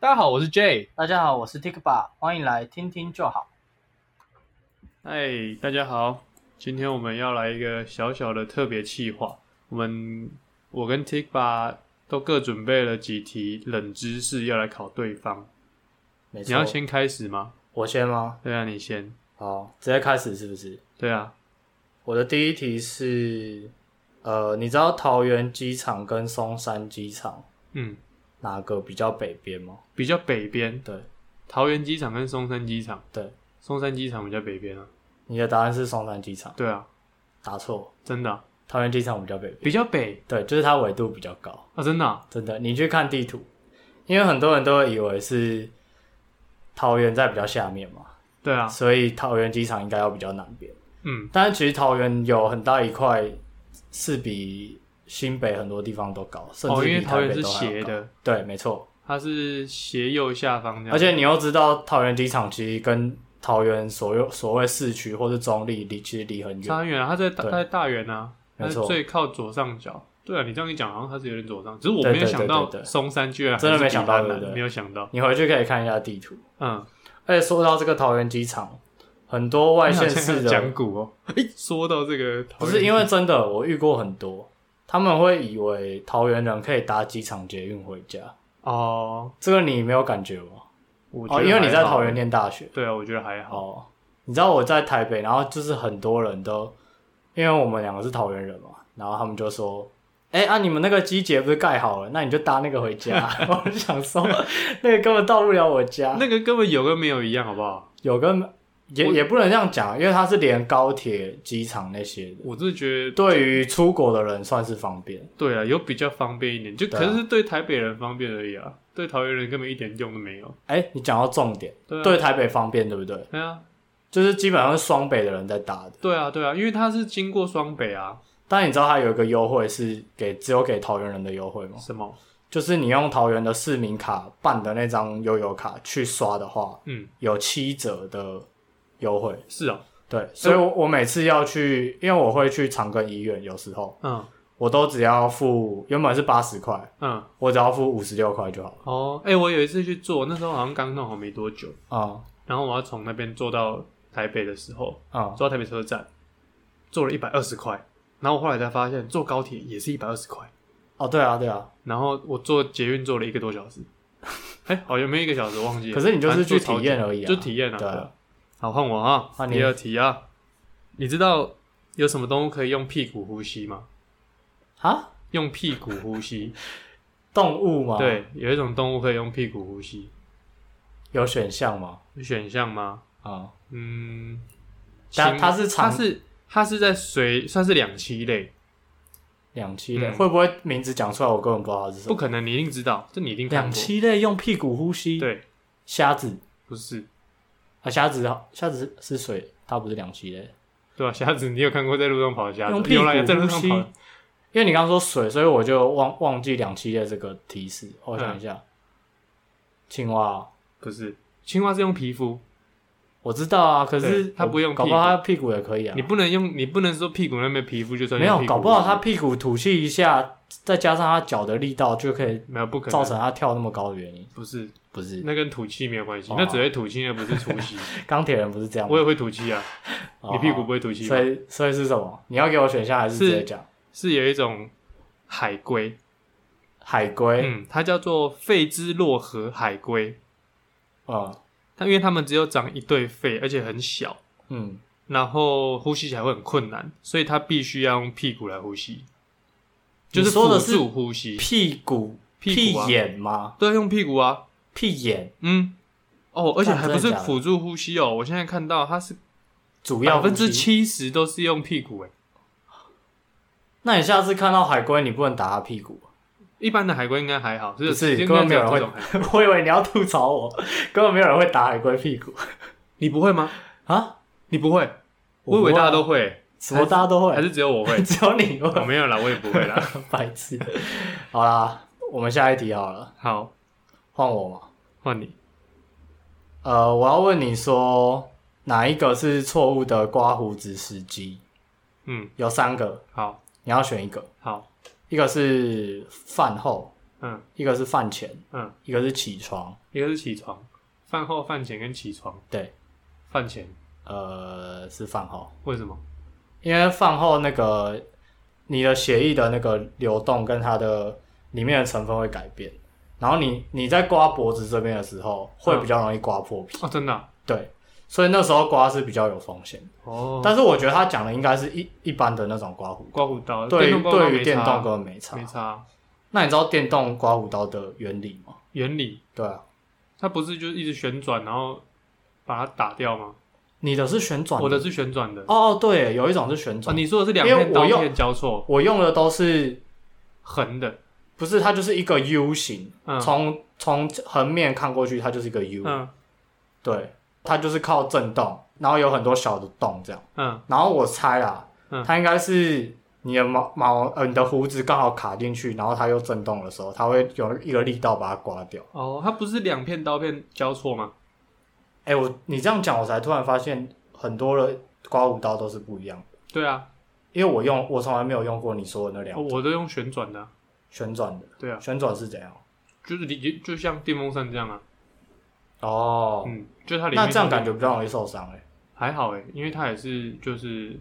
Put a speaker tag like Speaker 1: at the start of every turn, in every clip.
Speaker 1: 大家好，我是 J。
Speaker 2: 大家好，我是 Tikba，欢迎来听听就好。
Speaker 3: 嗨，大家好，今天我们要来一个小小的特别企划。我们我跟 Tikba 都各准备了几题冷知识要来考对方。
Speaker 2: 没错，
Speaker 3: 你要先开始吗？
Speaker 2: 我先吗？
Speaker 3: 对啊，你先。
Speaker 2: 好，直接开始是不是？
Speaker 3: 对啊，
Speaker 2: 我的第一题是，呃，你知道桃园机场跟松山机场
Speaker 3: 嗯，
Speaker 2: 哪个比较北边吗？
Speaker 3: 比较北边，
Speaker 2: 对
Speaker 3: 桃园机场跟松山机场，
Speaker 2: 对，
Speaker 3: 松山机场比较北边啊。
Speaker 2: 你的答案是松山机场，
Speaker 3: 对啊，
Speaker 2: 答错，
Speaker 3: 真的啊、
Speaker 2: 桃园机场比较北边。
Speaker 3: 比较北
Speaker 2: 对，就是它纬度比较高，
Speaker 3: 啊，真的啊、
Speaker 2: 真的。你去看地图，因为很多人都会以为是桃园在比较下面嘛，
Speaker 3: 对啊，
Speaker 2: 所以桃园机场应该要比较南边。
Speaker 3: 嗯，
Speaker 2: 但是其实桃园有很大一块是比新北很多地方都高，甚
Speaker 3: 哦，
Speaker 2: 至
Speaker 3: 因为
Speaker 2: 比台
Speaker 3: 桃园
Speaker 2: 北
Speaker 3: 是
Speaker 2: 都还
Speaker 3: 斜
Speaker 2: 要高。
Speaker 3: 的，
Speaker 2: 对，没错。
Speaker 3: 它是斜右下方这样，
Speaker 2: 而且你又知道桃园机场其实跟桃园所有所谓市区或是中立离其实离很远。
Speaker 3: 差很远啊，它在大
Speaker 2: 对
Speaker 3: 它在大园啊，
Speaker 2: 没
Speaker 3: 它
Speaker 2: 错
Speaker 3: 是最靠左上角。对啊，你这样一讲，好像它是有点左上，只是我
Speaker 2: 对
Speaker 3: 没有
Speaker 2: 对
Speaker 3: 想
Speaker 2: 对
Speaker 3: 到
Speaker 2: 对对
Speaker 3: 松山居然还
Speaker 2: 真的
Speaker 3: 是
Speaker 2: 没
Speaker 3: 比
Speaker 2: 想到
Speaker 3: 它
Speaker 2: 对不
Speaker 3: 南
Speaker 2: 对
Speaker 3: 没有想到，
Speaker 2: 你回去可以看一下地图。
Speaker 3: 嗯，
Speaker 2: 而且说到这个桃园机场，很多外县市
Speaker 3: 你好像 讲
Speaker 2: 的
Speaker 3: 古哦。诶，说到这个桃园，
Speaker 2: 不是因为真的，我遇过很多，他们会以为桃园人可以搭机场捷运回家，
Speaker 3: 哦，
Speaker 2: 这个你没有感觉吗？
Speaker 3: 我觉
Speaker 2: 哦，
Speaker 3: 得
Speaker 2: 因为你在
Speaker 3: 还好
Speaker 2: 桃园，念大学。
Speaker 3: 对啊，我觉得还好，
Speaker 2: 哦，你知道我在台北，然后就是很多人都，因为我们两个是桃园人嘛，然后他们就说，哎、啊，你们那个机捷不是盖好了，那你就搭那个回家。 我就想说，那个根本到不了我家，
Speaker 3: 那个根本有跟没有一样，好不好？
Speaker 2: 有个也
Speaker 3: 我
Speaker 2: 也不能这样讲，啊因为它是连高铁、机场那些的，
Speaker 3: 我是觉得
Speaker 2: 对于出国的人算是方便。
Speaker 3: 对啊，有比较方便一点，就
Speaker 2: 对
Speaker 3: 可
Speaker 2: 啊
Speaker 3: 是是对台北人方便而已啊，对桃园人根本一点用都没有。
Speaker 2: 哎、你讲到重点，
Speaker 3: 对啊
Speaker 2: 对台北方便，对不对？
Speaker 3: 对啊，
Speaker 2: 就是基本上是双北的人在搭的，
Speaker 3: 对啊，对啊，因为它是经过双北啊，
Speaker 2: 但你知道它有一个优惠是给只有给桃园人的优惠吗？
Speaker 3: 什么？
Speaker 2: 就是你用桃园的市民卡办的那张悠游卡去刷的话，
Speaker 3: 嗯，
Speaker 2: 有七折的优惠。
Speaker 3: 是啊，
Speaker 2: 对，所以我我每次要去，因为我会去长庚医院，有时候
Speaker 3: 嗯
Speaker 2: 我都只要付原本是八十块，
Speaker 3: 嗯。
Speaker 2: 我只要付五十六块就好了。
Speaker 3: 哦，哎、我有一次去做，那时候好像刚弄好没多久，
Speaker 2: 啊、
Speaker 3: 然后我要从那边坐到台北的时候，
Speaker 2: 啊、
Speaker 3: 坐到台北车站，坐了一百二十块，然后我后来才发现坐高铁也是一百二十块，
Speaker 2: 哦，对啊对啊，
Speaker 3: 然后我坐捷运坐了一个多小时，哎、好像没有一个小时忘记了。
Speaker 2: 可是你就是去
Speaker 3: 反正坐超
Speaker 2: 体
Speaker 3: 久
Speaker 2: 验而已、啊，
Speaker 3: 就体验啊。
Speaker 2: 对
Speaker 3: 对
Speaker 2: 啊
Speaker 3: 啊，好，换我啊，
Speaker 2: 换你
Speaker 3: 第二题啊，你知道有什么动物可以用屁股呼吸吗？
Speaker 2: 啊，
Speaker 3: 用屁股呼 吸，
Speaker 2: 动物吗？，
Speaker 3: 对，有一种动物可以用屁股呼吸，
Speaker 2: 有选项吗？
Speaker 3: 有选项吗？
Speaker 2: 啊、
Speaker 3: 嗯，
Speaker 2: 它
Speaker 3: 行
Speaker 2: 它
Speaker 3: 它
Speaker 2: 是长
Speaker 3: 是它是在水算是两栖类，
Speaker 2: 两栖类、
Speaker 3: 嗯
Speaker 2: 会不会名字讲出来我根本不知道它是什
Speaker 3: 不
Speaker 2: 么？
Speaker 3: 可能，你一定知道，这你一定看
Speaker 2: 两
Speaker 3: 过。
Speaker 2: 栖类用屁股呼吸，
Speaker 3: 对，
Speaker 2: 虾子。
Speaker 3: 不是，
Speaker 2: 啊，虾子好，虾子是水，它不是两栖类。
Speaker 3: 对吧、虾子，你有看过在路上跑的虾子？
Speaker 2: 用屁股
Speaker 3: 有啦有在路
Speaker 2: 呼
Speaker 3: 上
Speaker 2: 吸
Speaker 3: 跑的，
Speaker 2: 因为你刚刚说水，所以我就忘忘记两栖类这个提示。我想一下，
Speaker 3: 嗯
Speaker 2: 青蛙哦，
Speaker 3: 不是青蛙是用皮肤，
Speaker 2: 我知道啊，可是
Speaker 3: 对它
Speaker 2: 我
Speaker 3: 不用
Speaker 2: 搞不
Speaker 3: 屁股
Speaker 2: 好它屁股也可以啊
Speaker 3: 你。不能用，你不能说屁股那边皮肤就算
Speaker 2: 没
Speaker 3: 用
Speaker 2: 有，
Speaker 3: 屁股
Speaker 2: 搞不好它
Speaker 3: 呼吸
Speaker 2: 屁股吐气一下，再加上它脚的力道，就可以
Speaker 3: 没有不可
Speaker 2: 造
Speaker 3: 能，嗯
Speaker 2: 成它跳那么高的原因。
Speaker 3: 不是
Speaker 2: 不是，
Speaker 3: 那跟吐气没有关系
Speaker 2: 哦，
Speaker 3: 那只会吐气，那不是出 息。
Speaker 2: 钢铁人不是这样吗
Speaker 3: 我也会吐气啊，
Speaker 2: 哦
Speaker 3: 你屁股不会吐气
Speaker 2: 所
Speaker 3: 吗？
Speaker 2: 以所以是什么？你要给我选项还是
Speaker 3: 是
Speaker 2: 直接讲？
Speaker 3: 是有一种海龟，
Speaker 2: 海龟，
Speaker 3: 嗯，它叫做费兹洛河海龟，
Speaker 2: 嗯
Speaker 3: 它因为它们只有长一对肺，而且很小，
Speaker 2: 嗯，
Speaker 3: 然后呼吸起来会很困难，所以它必须要用屁股来呼吸，就是
Speaker 2: 你说的
Speaker 3: 辅
Speaker 2: 是
Speaker 3: 助呼吸，
Speaker 2: 屁股
Speaker 3: 屁股啊
Speaker 2: 眼吗？
Speaker 3: 对，用屁股啊，
Speaker 2: 屁眼
Speaker 3: 嗯，哦，而且
Speaker 2: 干
Speaker 3: 还不
Speaker 2: 真的
Speaker 3: 是
Speaker 2: 假的
Speaker 3: 辅助呼吸哦，我现在看到它是
Speaker 2: 主要
Speaker 3: 百
Speaker 2: 呼
Speaker 3: 分
Speaker 2: 吸
Speaker 3: 之七十都是用屁股，诶，欸
Speaker 2: 那你下次看到海龟，你不能打它屁股，啊
Speaker 3: 一般的海龟应该还好，就是应
Speaker 2: 根
Speaker 3: 该
Speaker 2: 本
Speaker 3: 没
Speaker 2: 没有人
Speaker 3: 这
Speaker 2: 会
Speaker 3: 种海龟，。
Speaker 2: 我以为你要吐槽我，根本没有人会打海龟屁股
Speaker 3: 你不会吗？
Speaker 2: 啊！
Speaker 3: 你不会？我以
Speaker 2: 不
Speaker 3: 为
Speaker 2: 会啊
Speaker 3: 大家都会，
Speaker 2: 什么大家都
Speaker 3: 还
Speaker 2: 会，
Speaker 3: 是只有我会？
Speaker 2: 只有你
Speaker 3: 我
Speaker 2: 会，
Speaker 3: 没有啦，我也不会啦。
Speaker 2: 白痴。好啦，我们下一题好了，
Speaker 3: 好，
Speaker 2: 换我嘛。
Speaker 3: 换你。
Speaker 2: 呃，我要问你说哪一个是错误的刮胡子时机？
Speaker 3: 嗯，
Speaker 2: 有三个，
Speaker 3: 好，
Speaker 2: 你要选一个，
Speaker 3: 好，
Speaker 2: 一个是饭后，
Speaker 3: 嗯，
Speaker 2: 一个是饭前，
Speaker 3: 嗯，
Speaker 2: 一个是起床，
Speaker 3: 一个是起床，饭后、饭前跟起床。
Speaker 2: 对，
Speaker 3: 饭前
Speaker 2: 呃，是饭后，
Speaker 3: 为什么？
Speaker 2: 因为饭后那个你的血液的那个流动跟它的里面的成分会改变，然后你你在刮脖子这边的时候会比较容易刮破皮，
Speaker 3: 哦，真的啊、
Speaker 2: 对，所以那时候刮是比较有风险的。
Speaker 3: 哦，
Speaker 2: 但是我觉得他讲的应该是一一般的那种刮胡，
Speaker 3: 刮胡刀，
Speaker 2: 对
Speaker 3: 电动
Speaker 2: 于
Speaker 3: 刮胡刀
Speaker 2: 对
Speaker 3: 没
Speaker 2: 于电
Speaker 3: 差啊
Speaker 2: 动根本没差
Speaker 3: 没。差，
Speaker 2: 那你知道电动刮胡刀的原理吗？
Speaker 3: 原理
Speaker 2: 对啊，
Speaker 3: 它不是就是一直旋转，然后把它打掉吗？
Speaker 2: 你的是旋转，
Speaker 3: 我的是旋转的。
Speaker 2: 哦哦对，有一种是旋
Speaker 3: 哦，
Speaker 2: 转，
Speaker 3: 你说的是两
Speaker 2: 因为
Speaker 3: 片刀
Speaker 2: 我用
Speaker 3: 片交错，
Speaker 2: 我用的都是
Speaker 3: 横的，
Speaker 2: 不是它就是一个 U 型，
Speaker 3: 嗯
Speaker 2: 从从横面看过去它就是一个 U，、
Speaker 3: 嗯
Speaker 2: 对，它就是靠震动，然后有很多小的洞这样，
Speaker 3: 嗯
Speaker 2: 然后我猜啦，
Speaker 3: 嗯
Speaker 2: 它应该是。你的毛毛呃，你的胡子刚好卡进去，然后它又震动的时候，它会有一个力道把它刮掉。
Speaker 3: 哦，它不是两片刀片交错吗？
Speaker 2: 哎、我你这样讲，我才突然发现很多的刮胡刀都是不一样的，
Speaker 3: 对啊，
Speaker 2: 因为我用我从来没有用过你说的那两种
Speaker 3: 我都用旋转的啊、
Speaker 2: 旋转的，
Speaker 3: 哦对啊，
Speaker 2: 旋转是怎样？
Speaker 3: 就是你就像电风扇这样啊，
Speaker 2: 哦，
Speaker 3: 嗯，就它里面
Speaker 2: 那这样感
Speaker 3: 就
Speaker 2: 觉比较容易受伤哎、
Speaker 3: 还好诶，因为它也是就是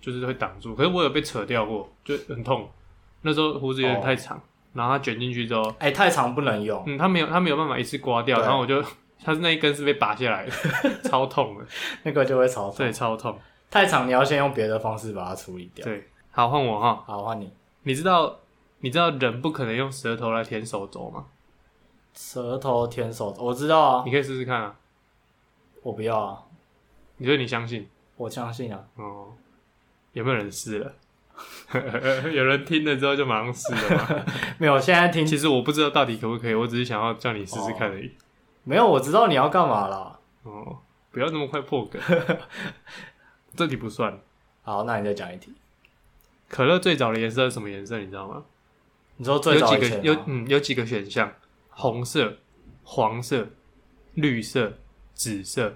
Speaker 3: 就是会挡住，可是我有被扯掉过，就很痛。那时候胡子有点太长，
Speaker 2: 哦
Speaker 3: 然后它卷进去之后，
Speaker 2: 哎、太长不能用，
Speaker 3: 嗯，它没有它没有办法一次刮掉，
Speaker 2: 对
Speaker 3: 然后我就 它是那一根是被拔下来的，超痛的，
Speaker 2: 那个就会潮痛。
Speaker 3: 对，超痛，
Speaker 2: 太长你要先用别的方式把它处理掉。
Speaker 3: 对，好换我哈，
Speaker 2: 好，换你。
Speaker 3: 你知道你知道人不可能用舌头来舔手肘吗？
Speaker 2: 舌头舔手，我知道啊
Speaker 3: 你，可以试试看啊，
Speaker 2: 我不要啊，
Speaker 3: 你觉得你相信？
Speaker 2: 我相信啊。
Speaker 3: 哦，有没有人试了？ 有人听了之后就马上试了吗？
Speaker 2: 没有，现在听
Speaker 3: 其实我不知道到底可不可以，我只是想要叫你试试看而已。
Speaker 2: 没有，我知道你要干嘛啦。
Speaker 3: 哦，不要那么快破梗， 这题不算。
Speaker 2: 好，那你再讲一题。
Speaker 3: 可乐最早的颜色是什么颜色？你知道吗？
Speaker 2: 你说最早
Speaker 3: 有
Speaker 2: 以
Speaker 3: 几个
Speaker 2: 前啊
Speaker 3: 有
Speaker 2: 吗
Speaker 3: 嗯有几个选项：红色、黄色、绿色、紫色。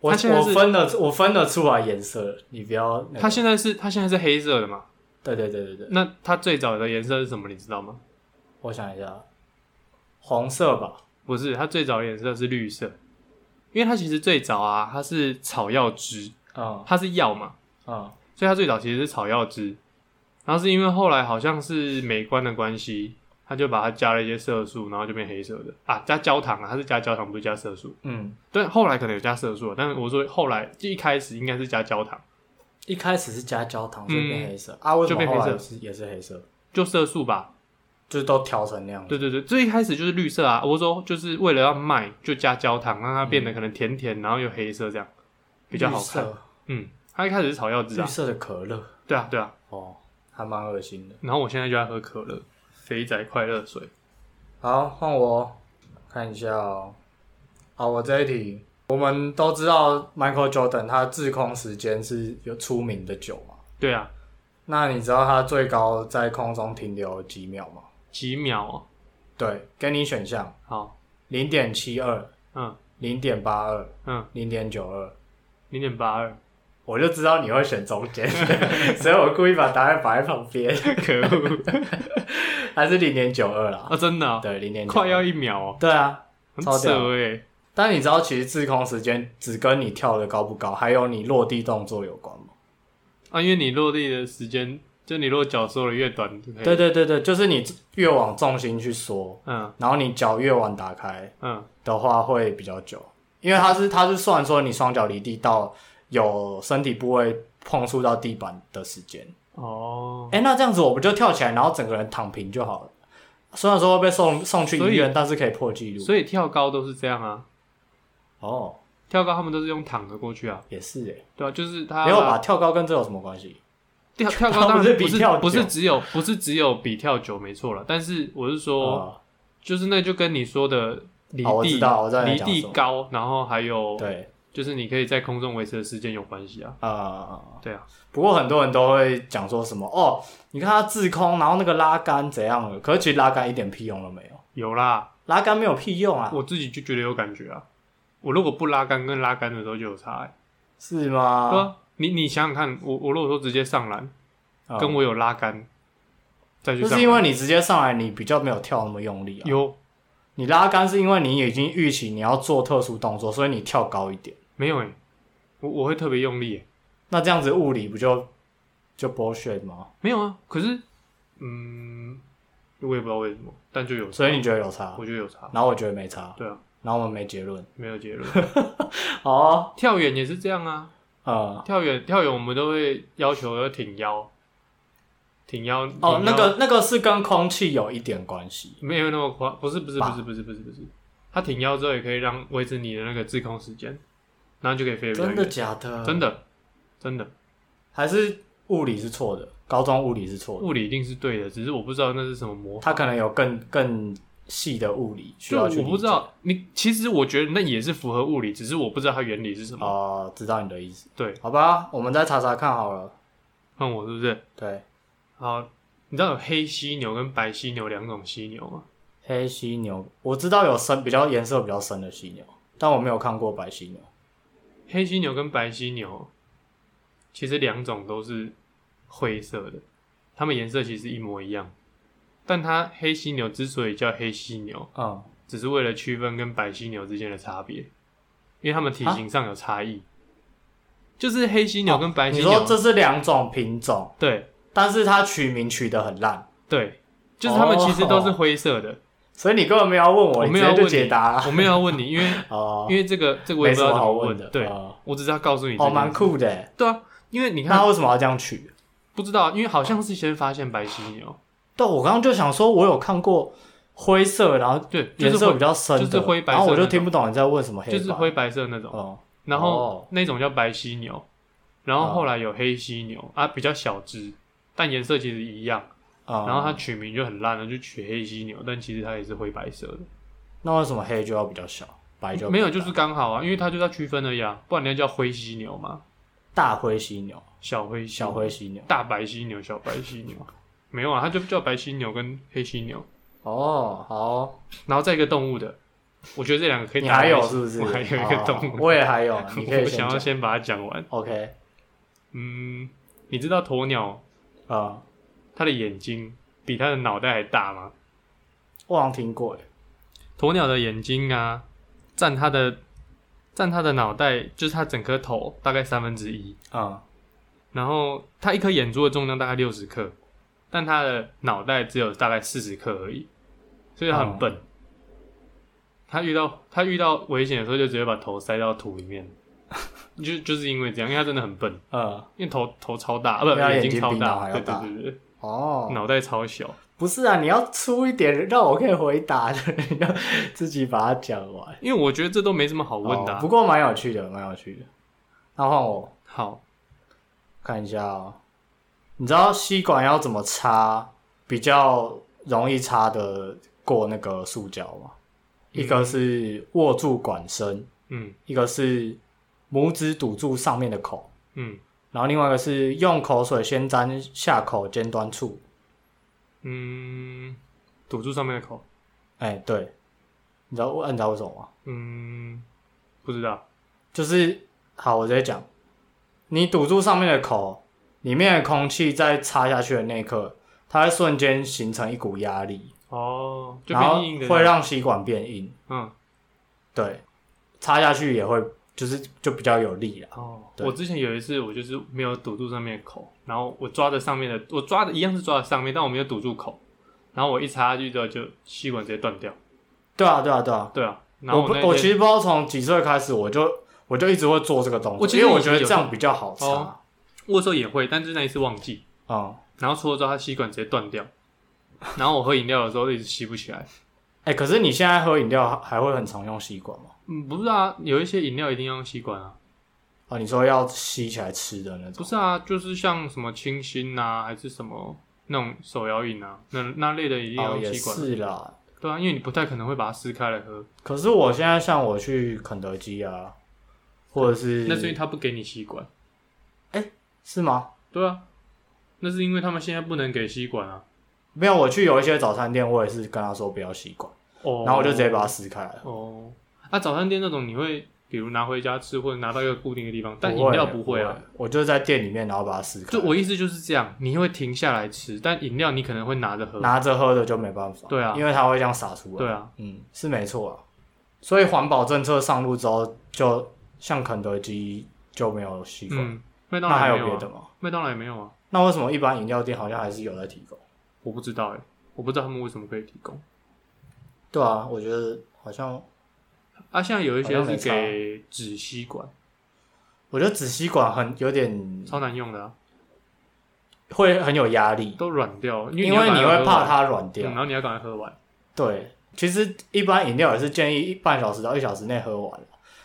Speaker 2: 我
Speaker 3: 它现在
Speaker 2: 我
Speaker 3: 是
Speaker 2: 分的我分得出来颜色，你不要、那个
Speaker 3: 它现在是它现在是黑色的嘛？
Speaker 2: 对对对对对，
Speaker 3: 那它最早的颜色是什么？你知道吗？
Speaker 2: 我想一下，红色吧，
Speaker 3: 不是，它最早的颜色是绿色，因为它其实最早啊，它是草药汁，
Speaker 2: 嗯
Speaker 3: 它是药嘛，
Speaker 2: 嗯，
Speaker 3: 所以它最早其实是草药汁，然后是因为后来好像是美观的关系，它就把它加了一些色素，然后就变黑色的啊，加焦糖啊，它是加焦糖，不是加色素。
Speaker 2: 嗯，
Speaker 3: 对，后来可能有加色素，但是我说后来就一开始应该是加焦糖，
Speaker 2: 一开始是加焦糖，
Speaker 3: 嗯
Speaker 2: 所以变黑色、啊，为什
Speaker 3: 就
Speaker 2: 么
Speaker 3: 变黑色
Speaker 2: 后来是也是黑色？
Speaker 3: 就色素吧。
Speaker 2: 就是都调成那样子。
Speaker 3: 对对对，最一开始就是绿色啊，我说就是为了要卖，就加焦糖，让它变得可能甜甜，然后又黑色这样比较好看。
Speaker 2: 嗯绿色
Speaker 3: 嗯，它一开始是草药汁
Speaker 2: 绿
Speaker 3: 啊，
Speaker 2: 色的可乐，
Speaker 3: 对啊对啊。
Speaker 2: 哦，还蛮恶心的。
Speaker 3: 然后我现在就在喝可乐，肥仔快乐水。
Speaker 2: 好，换我看一下哦。好，我这一题，我们都知道 Michael Jordan 他滞空时间是有出名的久嘛？
Speaker 3: 对啊，
Speaker 2: 那你知道他最高在空中停留几秒吗？
Speaker 3: 几秒哦，
Speaker 2: 对，给你选项：
Speaker 3: 好，
Speaker 2: 零点七二、
Speaker 3: 嗯
Speaker 2: 零点八二、
Speaker 3: 嗯，
Speaker 2: 零点九二。
Speaker 3: 零点八二，
Speaker 2: 我就知道你会选中间， 所以我故意把答案摆在旁边，
Speaker 3: 可恶
Speaker 2: 还是零点九二啦。
Speaker 3: 啊！真的 啊、
Speaker 2: 对，零点
Speaker 3: 快要一秒哦，
Speaker 2: 对啊。
Speaker 3: 很
Speaker 2: 超屌
Speaker 3: 扯哎，
Speaker 2: 但你知道，其实滞空时间只跟你跳的高不高，还有你落地动作有关吗？
Speaker 3: 啊！因为你落地的时间，就你落脚收的越短，就可以
Speaker 2: 对，对对对，就是你越往重心去缩，
Speaker 3: 嗯
Speaker 2: 然后你脚越往打开
Speaker 3: 嗯
Speaker 2: 的话会比较久，因为它是它是算说你双脚离地到有身体部位碰触到地板的时间。
Speaker 3: 哦，
Speaker 2: 哎、那这样子我不就跳起来，然后整个人躺平就好了？虽然说会被送送去
Speaker 3: 所以
Speaker 2: 医院，但是可以破纪录。
Speaker 3: 所以跳高都是这样啊，
Speaker 2: 哦，
Speaker 3: 跳高他们都是用躺着过去啊，
Speaker 2: 也是哎、
Speaker 3: 对啊，就是他
Speaker 2: 没有吧？跳高跟这有什么关系？
Speaker 3: 跳跳
Speaker 2: 它
Speaker 3: 高当
Speaker 2: 不是
Speaker 3: 然
Speaker 2: 比
Speaker 3: 不是
Speaker 2: 跳久
Speaker 3: 不是只有不是只有比跳久没错了，但是我是说，
Speaker 2: 哦，
Speaker 3: 就是那就跟你说的离
Speaker 2: 哦我知
Speaker 3: 地、
Speaker 2: 道我知道你在
Speaker 3: 离
Speaker 2: 讲什么
Speaker 3: 地高，然后还有
Speaker 2: 对，
Speaker 3: 就是你可以在空中维持的时间有关系啊。
Speaker 2: 呃，
Speaker 3: 对啊，
Speaker 2: 不过很多人都会讲说什么哦，你看他滞空，然后那个拉杆怎样了？可是其实拉杆一点屁用都没有，
Speaker 3: 有啦，
Speaker 2: 拉杆没有屁用啊，
Speaker 3: 我自己就觉得有感觉啊。我如果不拉杆跟拉杆的时候就有差、欸，
Speaker 2: 是
Speaker 3: 对啊
Speaker 2: 吗？
Speaker 3: 啊，你你想想看，我我如果说直接上篮，
Speaker 2: 嗯
Speaker 3: 跟我有拉杆，再去
Speaker 2: 就
Speaker 3: 上。
Speaker 2: 是因为你直接上来，你比较没有跳那么用力啊。
Speaker 3: 有
Speaker 2: 你拉杆是因为你已经预期你要做特殊动作，所以你跳高一点。
Speaker 3: 没有、欸？我我会特别用力、欸，
Speaker 2: 那这样子物理不就就 bullshit 吗？
Speaker 3: 没有啊。可是，嗯，我也不知道为什么，但就有差，
Speaker 2: 所以你觉得有差？
Speaker 3: 我觉得有差，
Speaker 2: 然后我觉得没差，
Speaker 3: 对啊，
Speaker 2: 然后我们没结论。
Speaker 3: 没有结论。
Speaker 2: 好啊、
Speaker 3: 跳远也是这样啊，
Speaker 2: 嗯，
Speaker 3: 跳远跳远我们都会要求要挺腰，挺腰
Speaker 2: 哦，
Speaker 3: 挺腰
Speaker 2: 那个那个是跟空气有一点关系。
Speaker 3: 没有那么夸，不是不是
Speaker 2: 吧
Speaker 3: 不是不是不是不是，它挺腰之后也可以让维持你的那个滞空时间，然后就可以飞得比较
Speaker 2: 真的
Speaker 3: 远，
Speaker 2: 假的？
Speaker 3: 真的真的，
Speaker 2: 还是物理是错的？高中物理是错的，
Speaker 3: 物理一定是对的，只是我不知道那是什么魔法，
Speaker 2: 他可能有更更细的物理需
Speaker 3: 就
Speaker 2: 要去
Speaker 3: 我
Speaker 2: 理解。
Speaker 3: 不知道你其实我觉得那也是符合物理，只是我不知道它原理是什么。
Speaker 2: 哦，知道你的意思。
Speaker 3: 对，
Speaker 2: 好吧，我们再查查看好了。
Speaker 3: 换我是不是？
Speaker 2: 对，
Speaker 3: 好，你知道有黑犀牛跟白犀牛两种犀牛吗？
Speaker 2: 黑犀牛，我知道有深比较颜色比较深的犀牛，但我没有看过白犀牛。
Speaker 3: 黑犀牛跟白犀牛其实两种都是灰色的，它们颜色其实一模一样。但它黑犀牛之所以叫黑犀牛，
Speaker 2: 嗯，
Speaker 3: 只是为了区分跟白犀牛之间的差别，因为它们体型上有差异。就是黑犀牛跟白
Speaker 2: 哦你
Speaker 3: 犀牛，
Speaker 2: 说这是两种品种，
Speaker 3: 对
Speaker 2: 但是它取名取得很烂，
Speaker 3: 对，就是它们其实都是灰色的。
Speaker 2: 所以你根本没有要问我，
Speaker 3: 我
Speaker 2: 你
Speaker 3: 没
Speaker 2: 直
Speaker 3: 有要
Speaker 2: 接就
Speaker 3: 问
Speaker 2: 解
Speaker 3: 你，
Speaker 2: 答了。
Speaker 3: 我没有要问你， 因为
Speaker 2: 哦
Speaker 3: 因，为这个这个我也
Speaker 2: 没
Speaker 3: 不知
Speaker 2: 什
Speaker 3: 道
Speaker 2: 么
Speaker 3: 怎
Speaker 2: 好
Speaker 3: 么
Speaker 2: 问的。
Speaker 3: 对，
Speaker 2: 哦，
Speaker 3: 我只是要告诉你这
Speaker 2: 哦
Speaker 3: 件事，
Speaker 2: 蛮酷的。
Speaker 3: 对啊，因为你看
Speaker 2: 那为什么要这样取？
Speaker 3: 不知道，因为好像是先发现白犀牛，
Speaker 2: 对，我刚刚就想说，我有看过灰色，然后
Speaker 3: 对，就
Speaker 2: 颜
Speaker 3: 是
Speaker 2: 色比
Speaker 3: 灰，
Speaker 2: 较深的，
Speaker 3: 就是灰白色
Speaker 2: 然后我
Speaker 3: 那
Speaker 2: 就
Speaker 3: 种
Speaker 2: 听不懂你在问什么黑白，
Speaker 3: 就是灰白色那种，
Speaker 2: 哦，
Speaker 3: 然后
Speaker 2: 哦
Speaker 3: 那种叫白犀牛，然后后来有黑犀牛啊，比较小只，但颜色其实一样，
Speaker 2: 嗯
Speaker 3: 然后它取名就很烂了，就取黑犀牛，但其实它也是灰白色的，
Speaker 2: 那为什么黑就要比较小，白就比较
Speaker 3: 没有，就
Speaker 2: 大
Speaker 3: 是刚好啊，因为它就要区分而已啊，不然你要叫灰犀牛嘛，
Speaker 2: 大灰犀牛、
Speaker 3: 小灰犀
Speaker 2: 小灰犀牛。
Speaker 3: 大白犀牛、小白犀牛，没有啊，它就叫白犀牛跟黑犀牛，
Speaker 2: 哦，好，
Speaker 3: 然后再一个动物的，我觉得这两个可以
Speaker 2: 你
Speaker 3: 打
Speaker 2: 还
Speaker 3: 在一
Speaker 2: 有
Speaker 3: 起
Speaker 2: 是不是？
Speaker 3: 我还有一个
Speaker 2: 好
Speaker 3: 动物，
Speaker 2: 我也还有，你可以
Speaker 3: 我
Speaker 2: 先
Speaker 3: 想要
Speaker 2: 讲。
Speaker 3: 先把它讲完。
Speaker 2: OK，
Speaker 3: 嗯，你知道鸵鸟
Speaker 2: 啊，
Speaker 3: 它的眼睛比它的脑袋还大吗？
Speaker 2: 我好像听过耶，
Speaker 3: 鸵鸟的眼睛啊，占它的占它的脑袋，就是它整颗头大概三分之一。
Speaker 2: 嗯，
Speaker 3: 然后它一颗眼珠的重量大概六十克，但它的脑袋只有大概四十克而已，所以它很笨。
Speaker 2: 哦
Speaker 3: 它遇到它遇到危险的时候，就直接把头塞到土里面， 就就是因为这样，因为它真的很笨，
Speaker 2: 嗯，
Speaker 3: 因为头头超大，啊不
Speaker 2: 因为它眼
Speaker 3: 睛
Speaker 2: 睛
Speaker 3: 超
Speaker 2: 比脑还要
Speaker 3: 对
Speaker 2: 大
Speaker 3: 对对对，
Speaker 2: 哦，
Speaker 3: 脑袋超小。
Speaker 2: 不是啊，你要粗一点，让我可以回答的， 你要自己把它讲完。
Speaker 3: 因为我觉得这都没什么好问的啊、
Speaker 2: 哦不过蛮有趣的，蛮有趣的。那换我
Speaker 3: 好，
Speaker 2: 看一下哦，你知道吸管要怎么插比较容易插的过那个塑胶吗？一个是握住管身，
Speaker 3: 嗯
Speaker 2: 一个是拇指堵住上面的口，
Speaker 3: 嗯
Speaker 2: 然后另外一个是用口水先沾下口尖端处。
Speaker 3: 嗯，堵住上面的口，
Speaker 2: 哎、对，你知道你知道为什么吗？
Speaker 3: 嗯，不知道，
Speaker 2: 就是好，我直接讲，你堵住上面的口，里面的空气在插下去的那一刻，它会瞬间形成一股压力，
Speaker 3: 哦，就
Speaker 2: 然后
Speaker 3: 变硬的，
Speaker 2: 会，让吸管变硬。
Speaker 3: 嗯，
Speaker 2: 对，插下去也会，就是就比较有力啦。
Speaker 3: 哦，
Speaker 2: 对
Speaker 3: 我之前有一次，我就是没有堵住上面的口，然后我抓着上面的，我抓的一样是抓着上面，但我没有堵住口，然后我一插下去之后，就吸管直接断掉，
Speaker 2: 对啊，对啊，对啊。
Speaker 3: 对啊，然后我
Speaker 2: 我不，
Speaker 3: 那
Speaker 2: 我
Speaker 3: 天
Speaker 2: 其实不知道从几岁开始，我就我就一直会做这个动
Speaker 3: 我
Speaker 2: 作，
Speaker 3: 其
Speaker 2: 因
Speaker 3: 实
Speaker 2: 为我
Speaker 3: 以前
Speaker 2: 觉得
Speaker 3: 有
Speaker 2: 这样比较好
Speaker 3: 哦
Speaker 2: 插。
Speaker 3: 我有时候也会，但是那一次忘记，
Speaker 2: 嗯，
Speaker 3: 然后搓了之后，它吸管直接断掉，然后我喝饮料的时候一直吸不起来。
Speaker 2: 哎，可是你现在喝饮料还还会很常用吸管吗？
Speaker 3: 嗯，不是啊，有一些饮料一定要用吸管啊。
Speaker 2: 哦，你说要吸起来吃的那
Speaker 3: 不
Speaker 2: 种？
Speaker 3: 是啊，就是像什么清新啊，还是什么那种手摇饮啊，那那类的一定要
Speaker 2: 哦，
Speaker 3: 用
Speaker 2: 也
Speaker 3: 吸管。
Speaker 2: 是啦。
Speaker 3: 对啊，因为你不太可能会把它撕开来喝，
Speaker 2: 可是我现在像我去肯德基啊，或者是
Speaker 3: 那是因为他不给你吸管。
Speaker 2: 是吗？
Speaker 3: 对啊，那是因为他们现在不能给吸管啊。
Speaker 2: 没有，我去有一些早餐店，我也是跟他说不要吸管，
Speaker 3: 哦
Speaker 2: 然后我就直接把它撕开来了。
Speaker 3: 哦，啊，早餐店那种你会比如拿回家吃或者拿到一个固定的地方，但
Speaker 2: 不
Speaker 3: 饮
Speaker 2: 会
Speaker 3: 料
Speaker 2: 不
Speaker 3: 不会啊。，
Speaker 2: 我就是在店里面，然后把它撕开，
Speaker 3: 就我意思就是这样，你会停下来吃，但饮料你可能会拿着喝。
Speaker 2: 嗯拿着喝的就没办法，
Speaker 3: 对啊
Speaker 2: 因为它会这样洒出来，
Speaker 3: 对啊，
Speaker 2: 嗯，是没错啊。所以环保政策上路之后，就像肯德基就没有吸管，
Speaker 3: 嗯，麦当
Speaker 2: 那还
Speaker 3: 劳也
Speaker 2: 有
Speaker 3: 没有
Speaker 2: 别
Speaker 3: 啊，
Speaker 2: 的吗？
Speaker 3: 麦当劳也没有啊，
Speaker 2: 那为什么一般饮料店好像还是有在提供？
Speaker 3: 我不知道哎、我不知道他们为什么可以提供。
Speaker 2: 对啊，我觉得好像，
Speaker 3: 啊，现在有一些
Speaker 2: 好像
Speaker 3: 是
Speaker 2: 没差
Speaker 3: 给纸吸管，
Speaker 2: 我觉得纸吸管很有点
Speaker 3: 超难用的、啊，
Speaker 2: 会很有压力，
Speaker 3: 都软掉了，因
Speaker 2: 因
Speaker 3: 为
Speaker 2: 为
Speaker 3: 要
Speaker 2: 你
Speaker 3: 赶快
Speaker 2: 会
Speaker 3: 喝完
Speaker 2: 怕它软
Speaker 3: 嗯
Speaker 2: 掉。
Speaker 3: 然后你要赶快喝完。
Speaker 2: 对，其实一般饮料也是建议一半小时到一小时内喝完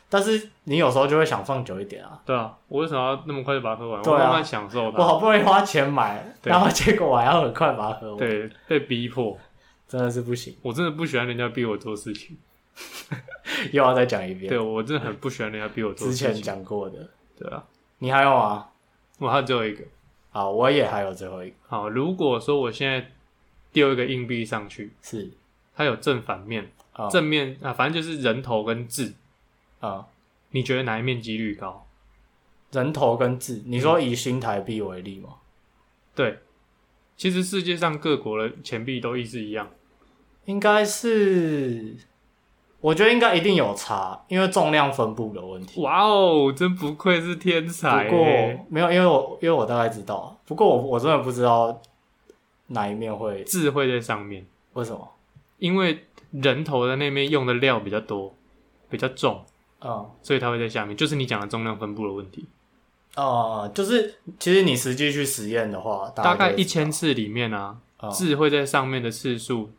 Speaker 2: 但是你有时候就会想放久一点啊。
Speaker 3: 对啊，我为什么要那么快就把它喝完？
Speaker 2: 对啊
Speaker 3: 我慢慢享受
Speaker 2: 我
Speaker 3: 它。
Speaker 2: 好不容易花钱买，
Speaker 3: 对
Speaker 2: 然后结果我还要很快把它喝完，
Speaker 3: 对，被逼迫，
Speaker 2: 真的是不行。
Speaker 3: 我真的不喜欢人家逼我做事情。
Speaker 2: 又要再讲一遍
Speaker 3: 对，我真的很不喜欢人家逼我做
Speaker 2: 之
Speaker 3: 事情。
Speaker 2: 前讲过的。
Speaker 3: 对啊，
Speaker 2: 你还有吗？
Speaker 3: 我还有最后一个。
Speaker 2: 好，我也还有最后一个
Speaker 3: 好，如果说我现在丢一个硬币上去，
Speaker 2: 是
Speaker 3: 它有正反面，
Speaker 2: 啊
Speaker 3: 正面啊，反正就是人头跟字，
Speaker 2: 啊，
Speaker 3: 你觉得哪一面几率高？
Speaker 2: 人头跟字，你说以新台币为例吗？
Speaker 3: 对，其实世界上各国的钱币都一直一样。
Speaker 2: 应该是，我觉得应该一定有差，因为重量分布的问题。
Speaker 3: 哇哦，真不愧是天才、欸
Speaker 2: 不
Speaker 3: 哎
Speaker 2: 过没有，因为我因为我大概知道，不过我我真的不知道哪一面会
Speaker 3: 字会在上面，
Speaker 2: 为什么。
Speaker 3: 因为人头的那面用的料比较多，比较重，
Speaker 2: 嗯
Speaker 3: 所以它会在下面，就是你讲的重量分布的问题。
Speaker 2: 哦、就是其实你实际去实验的话，
Speaker 3: 大概
Speaker 2: 就
Speaker 3: 一千次里面啊，
Speaker 2: 嗯
Speaker 3: 字会在上面的次数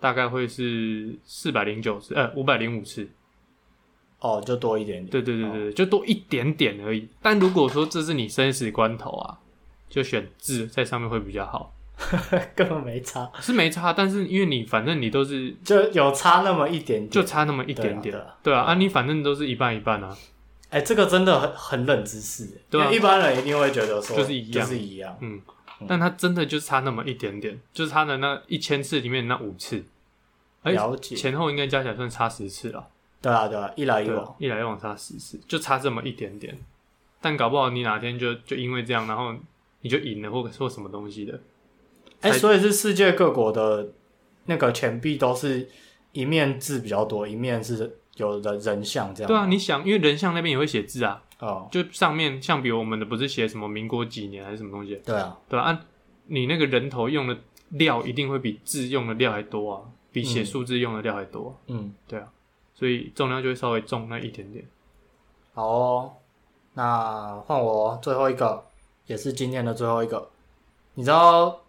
Speaker 3: 大概会是四百零九次，呃，五百零五次。
Speaker 2: 哦，就多一点哦点。
Speaker 3: 对对对对，对就多一点点而已。但如果说这是你生死关头啊，就选字在上面会比较好，
Speaker 2: 根本没差，
Speaker 3: 是没差。但是因为你反正你都是
Speaker 2: 就有差那么一点点。
Speaker 3: 就差那么一点
Speaker 2: 对啊
Speaker 3: 点
Speaker 2: 对啊，
Speaker 3: 对啊，啊你反正都是一半一半啊，
Speaker 2: 哎、这个真的很很冷知识，
Speaker 3: 对啊
Speaker 2: 因为一般人一定会觉得说
Speaker 3: 就是一样
Speaker 2: 就是一样。
Speaker 3: 嗯
Speaker 2: 嗯，
Speaker 3: 但它真的就差那么一点点，就是它的那一千次里面那五次，哎
Speaker 2: 了解
Speaker 3: 前后应该加起来算差十次了，
Speaker 2: 对啊，对啊，一来一
Speaker 3: 对
Speaker 2: 往
Speaker 3: 吧，？一来一往差十次，就差这么一点点。但搞不好你哪天就就因为这样，然后你就赢了，或或什么东西的，
Speaker 2: 哎、
Speaker 3: 才
Speaker 2: 所以是世界各国的那个钱币都是一面字比较多，一面是有的人像这样。
Speaker 3: 对啊，你想，因为人像那边也会写字啊，
Speaker 2: 哦，
Speaker 3: 就上面像比如我们的不是写什么民国几年还是什么东西，
Speaker 2: 对啊，
Speaker 3: 对吧、啊？你那个人头用的料一定会比字用的料还多啊，比写数字用的料还多啊、
Speaker 2: 嗯，
Speaker 3: 对啊，所以重量就会稍微重那一点点。
Speaker 2: 好哦，那换我最后一个，也是今天的最后一个。你知道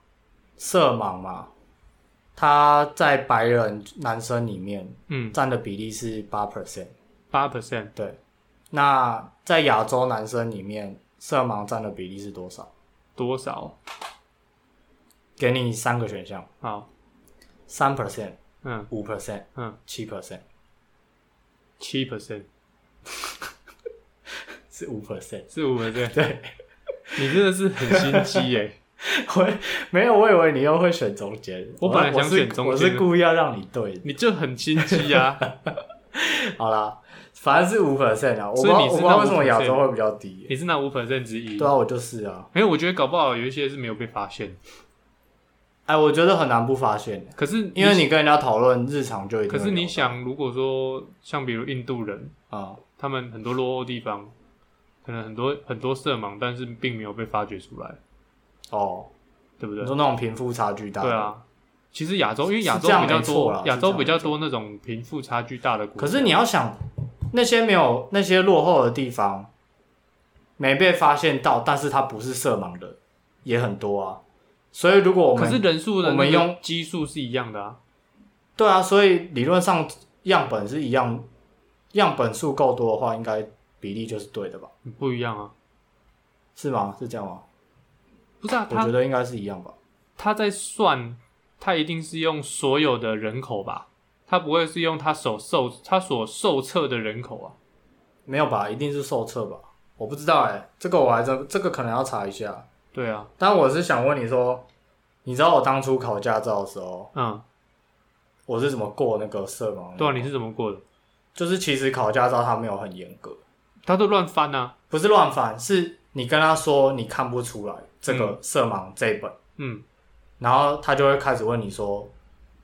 Speaker 2: 色盲吗？他在白人男生里面
Speaker 3: 嗯，
Speaker 2: 占的比例是八 percent。
Speaker 3: 八 percent，
Speaker 2: 对，那在亚洲男生里面，色盲占的比例是多少？
Speaker 3: 多少？
Speaker 2: 给你三个选项：
Speaker 3: 好，
Speaker 2: 三 percent、
Speaker 3: 嗯
Speaker 2: 五 percent、
Speaker 3: 嗯，
Speaker 2: 七 percent，
Speaker 3: 七 percent
Speaker 2: 是五 percent。
Speaker 3: 是五 percent，
Speaker 2: 对，
Speaker 3: 你真的是很心机耶、
Speaker 2: 我没有，我以为你又会选中间。
Speaker 3: 我本来想选中间的
Speaker 2: 我是，我是故意要让你对的。
Speaker 3: 你就很心机 啊。
Speaker 2: 好啦，反正是五 percent 啊。我不知
Speaker 3: 所以
Speaker 2: 道
Speaker 3: 你是
Speaker 2: 我不知
Speaker 3: 那
Speaker 2: 道为什么亚洲会比较低耶、
Speaker 3: 你是那五 percent 之一
Speaker 2: 对。啊，我就是啊。
Speaker 3: 没有，我觉得搞不好有一些是没有被发现，
Speaker 2: 哎，我觉得很难不发现的，
Speaker 3: 可是
Speaker 2: 因为你跟人家讨论日常就一定会
Speaker 3: 可
Speaker 2: 聊到。
Speaker 3: 是你想，如果说像比如印度人，
Speaker 2: 啊、
Speaker 3: 他们很多落后地方，可能很多很多色盲，但是并没有被发掘出来，
Speaker 2: 哦，
Speaker 3: 对不对
Speaker 2: 你？说那种贫富差距大，
Speaker 3: 对。啊，其实亚洲因为亚洲
Speaker 2: 是这样
Speaker 3: 比较
Speaker 2: 没错
Speaker 3: 多
Speaker 2: 啦，
Speaker 3: 亚
Speaker 2: 是这
Speaker 3: 洲
Speaker 2: 样
Speaker 3: 比较多那种贫富差距大的国家。
Speaker 2: 可是你要想，那些没有那些落后的地方，没被发现到，但是它不是色盲的也很多啊。所以如果我
Speaker 3: 可
Speaker 2: 们
Speaker 3: 是人数的
Speaker 2: 我们
Speaker 3: 那个
Speaker 2: 用
Speaker 3: 基数是一样的啊，
Speaker 2: 对啊，所以理论上样本是一样，样本数够多的话，应该比例就是对的吧？
Speaker 3: 不一样啊，
Speaker 2: 是吗？是这样吗？
Speaker 3: 不是啊，
Speaker 2: 我
Speaker 3: 他
Speaker 2: 觉得应该是一样吧。
Speaker 3: 他在算，他一定是用所有的人口吧，他不会是用他所受他所受测的人口啊。
Speaker 2: 没有吧？一定是受测吧？我不知道哎、这个我还真这个可能要查一下。
Speaker 3: 对啊，
Speaker 2: 但我是想问你说，你知道我当初考驾照的时候，
Speaker 3: 嗯，
Speaker 2: 我是怎么过那个色盲的吗？
Speaker 3: 对啊，你是怎么过的？
Speaker 2: 就是其实考驾照它没有很严格，
Speaker 3: 他都乱翻啊。
Speaker 2: 不是乱翻，是你跟他说你看不出来这个色盲这一本，
Speaker 3: 嗯，
Speaker 2: 然后他就会开始问你说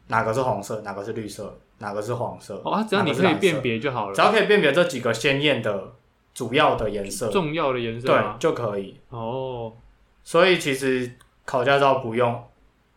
Speaker 2: 哪个是红色，哪个是绿色，哪个是黄色。
Speaker 3: 哦，啊只要你
Speaker 2: 哪个是
Speaker 3: 可以
Speaker 2: 蓝色
Speaker 3: 辨，别就好
Speaker 2: 只
Speaker 3: 了。
Speaker 2: 要可以辨别这几个鲜艳的主要的颜色，
Speaker 3: 重要的颜色
Speaker 2: 对
Speaker 3: 吗？
Speaker 2: 就可以。
Speaker 3: 哦，
Speaker 2: 所以其实考驾照不用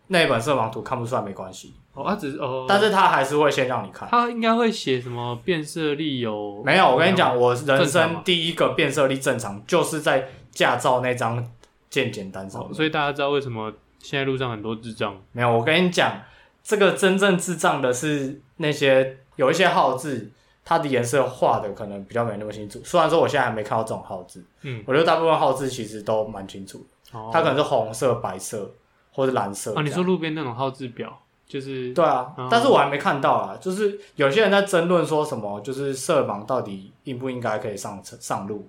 Speaker 2: 那一本色盲图看不出来没关系，
Speaker 3: 哦，他只是哦，
Speaker 2: 但是他还是会先让你看。
Speaker 3: 他应该会写什么变色力有？啊
Speaker 2: 没有，我跟你讲，我人
Speaker 3: 正常
Speaker 2: 生
Speaker 3: 吗
Speaker 2: 第一个变色力正常，就是在驾照那张健检单上
Speaker 3: 哦，
Speaker 2: 面。
Speaker 3: 所以大家知道为什么现在路上很多智障
Speaker 2: 没有，我跟你讲，这个真正智障的是那些有一些号字，它的颜色画的可能比较没那么清楚。虽然说我现在还没看到这种号字，
Speaker 3: 嗯，
Speaker 2: 我觉得大部分号字其实都蛮清楚，
Speaker 3: 哦
Speaker 2: 它可能是红色、白色或者蓝色这
Speaker 3: 啊，
Speaker 2: 样。
Speaker 3: 你说路边那种号志表，就是
Speaker 2: 对啊
Speaker 3: 嗯，
Speaker 2: 但是我还没看到啊。就是有些人在争论说什么，就是色盲到底应不应该可以上上路？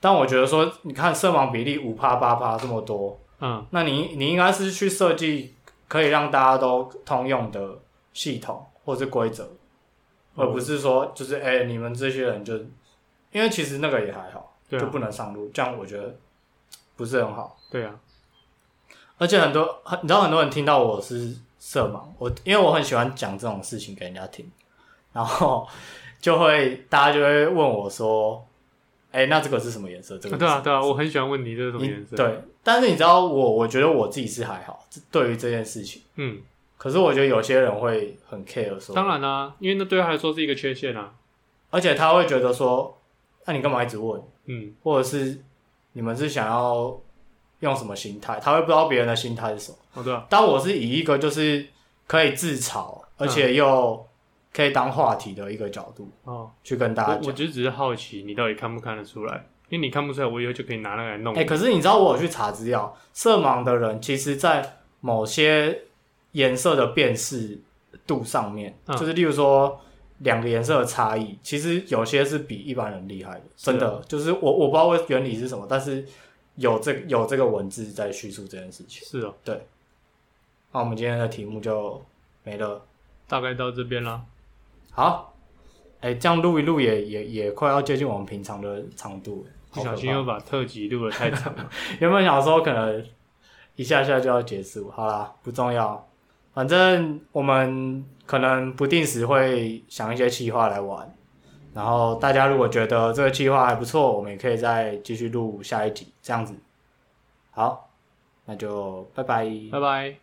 Speaker 2: 但我觉得说，你看色盲比例五趴八趴这么多，
Speaker 3: 嗯，
Speaker 2: 那你你应该是去设计可以让大家都通用的系统或是规则，
Speaker 3: 嗯
Speaker 2: 而不是说就是哎、你们这些人就，因为其实那个也还好，
Speaker 3: 对
Speaker 2: 就
Speaker 3: 啊，
Speaker 2: 不能上路，这样我觉得不是很好。
Speaker 3: 对啊，
Speaker 2: 而且很多，很你知道很多人听到我是色盲，我因为我很喜欢讲这种事情给人家听，然后就会大家就会问我说：“哎、那这个是什么颜色？”这个
Speaker 3: 啊
Speaker 2: 是
Speaker 3: 对啊，
Speaker 2: 什么
Speaker 3: 对啊，我很喜欢问你这是什么
Speaker 2: 你
Speaker 3: 颜色，，
Speaker 2: 对，但是你知道我，我觉得我自己是还好，这对于这件事情。
Speaker 3: 嗯，
Speaker 2: 可是我觉得有些人会很 care 说，
Speaker 3: 当，然啦、因为那对他来说是一个缺陷啊，
Speaker 2: 而且他会觉得说：“那、你干嘛一直问？
Speaker 3: 嗯，
Speaker 2: 或者是你们是想要用什么心态？”他会不知道别人的心态是什么。
Speaker 3: 哦对啊，
Speaker 2: 当我是以一个就是可以自嘲，
Speaker 3: 嗯
Speaker 2: 而且又可以当话题的一个角度
Speaker 3: 哦，
Speaker 2: 去跟大
Speaker 3: 我
Speaker 2: 家
Speaker 3: 我
Speaker 2: 讲。
Speaker 3: 就只是好奇你到底看不看得出来，因为你看不出来，我以后就可以拿那个来弄
Speaker 2: 哎、，可是你知道我有去查资料，色盲的人其实在某些颜色的辨识度上面，
Speaker 3: 嗯
Speaker 2: 就是例如说两个颜色的差异，其实有些是比一般人厉害的，
Speaker 3: 是啊
Speaker 2: 真的。就是我我不知道为原理是什么，但是有这有这个文字在叙述这件事情。
Speaker 3: 是哦，
Speaker 2: 那我们今天的题目就没了。
Speaker 3: 大概到这边啦，
Speaker 2: 好，哎、这样录一录也也也快要接近我们平常的长度了，
Speaker 3: 不小
Speaker 2: 好可怕
Speaker 3: 心又把特辑录的太长 了，
Speaker 2: 原本想说可能一下下就要结束，好啦，不重要，反正我们可能不定时会想一些企划来玩，然后大家如果觉得这个企划还不错，我们也可以再继续录下一集，这样子。好，那就拜拜。
Speaker 3: 拜拜。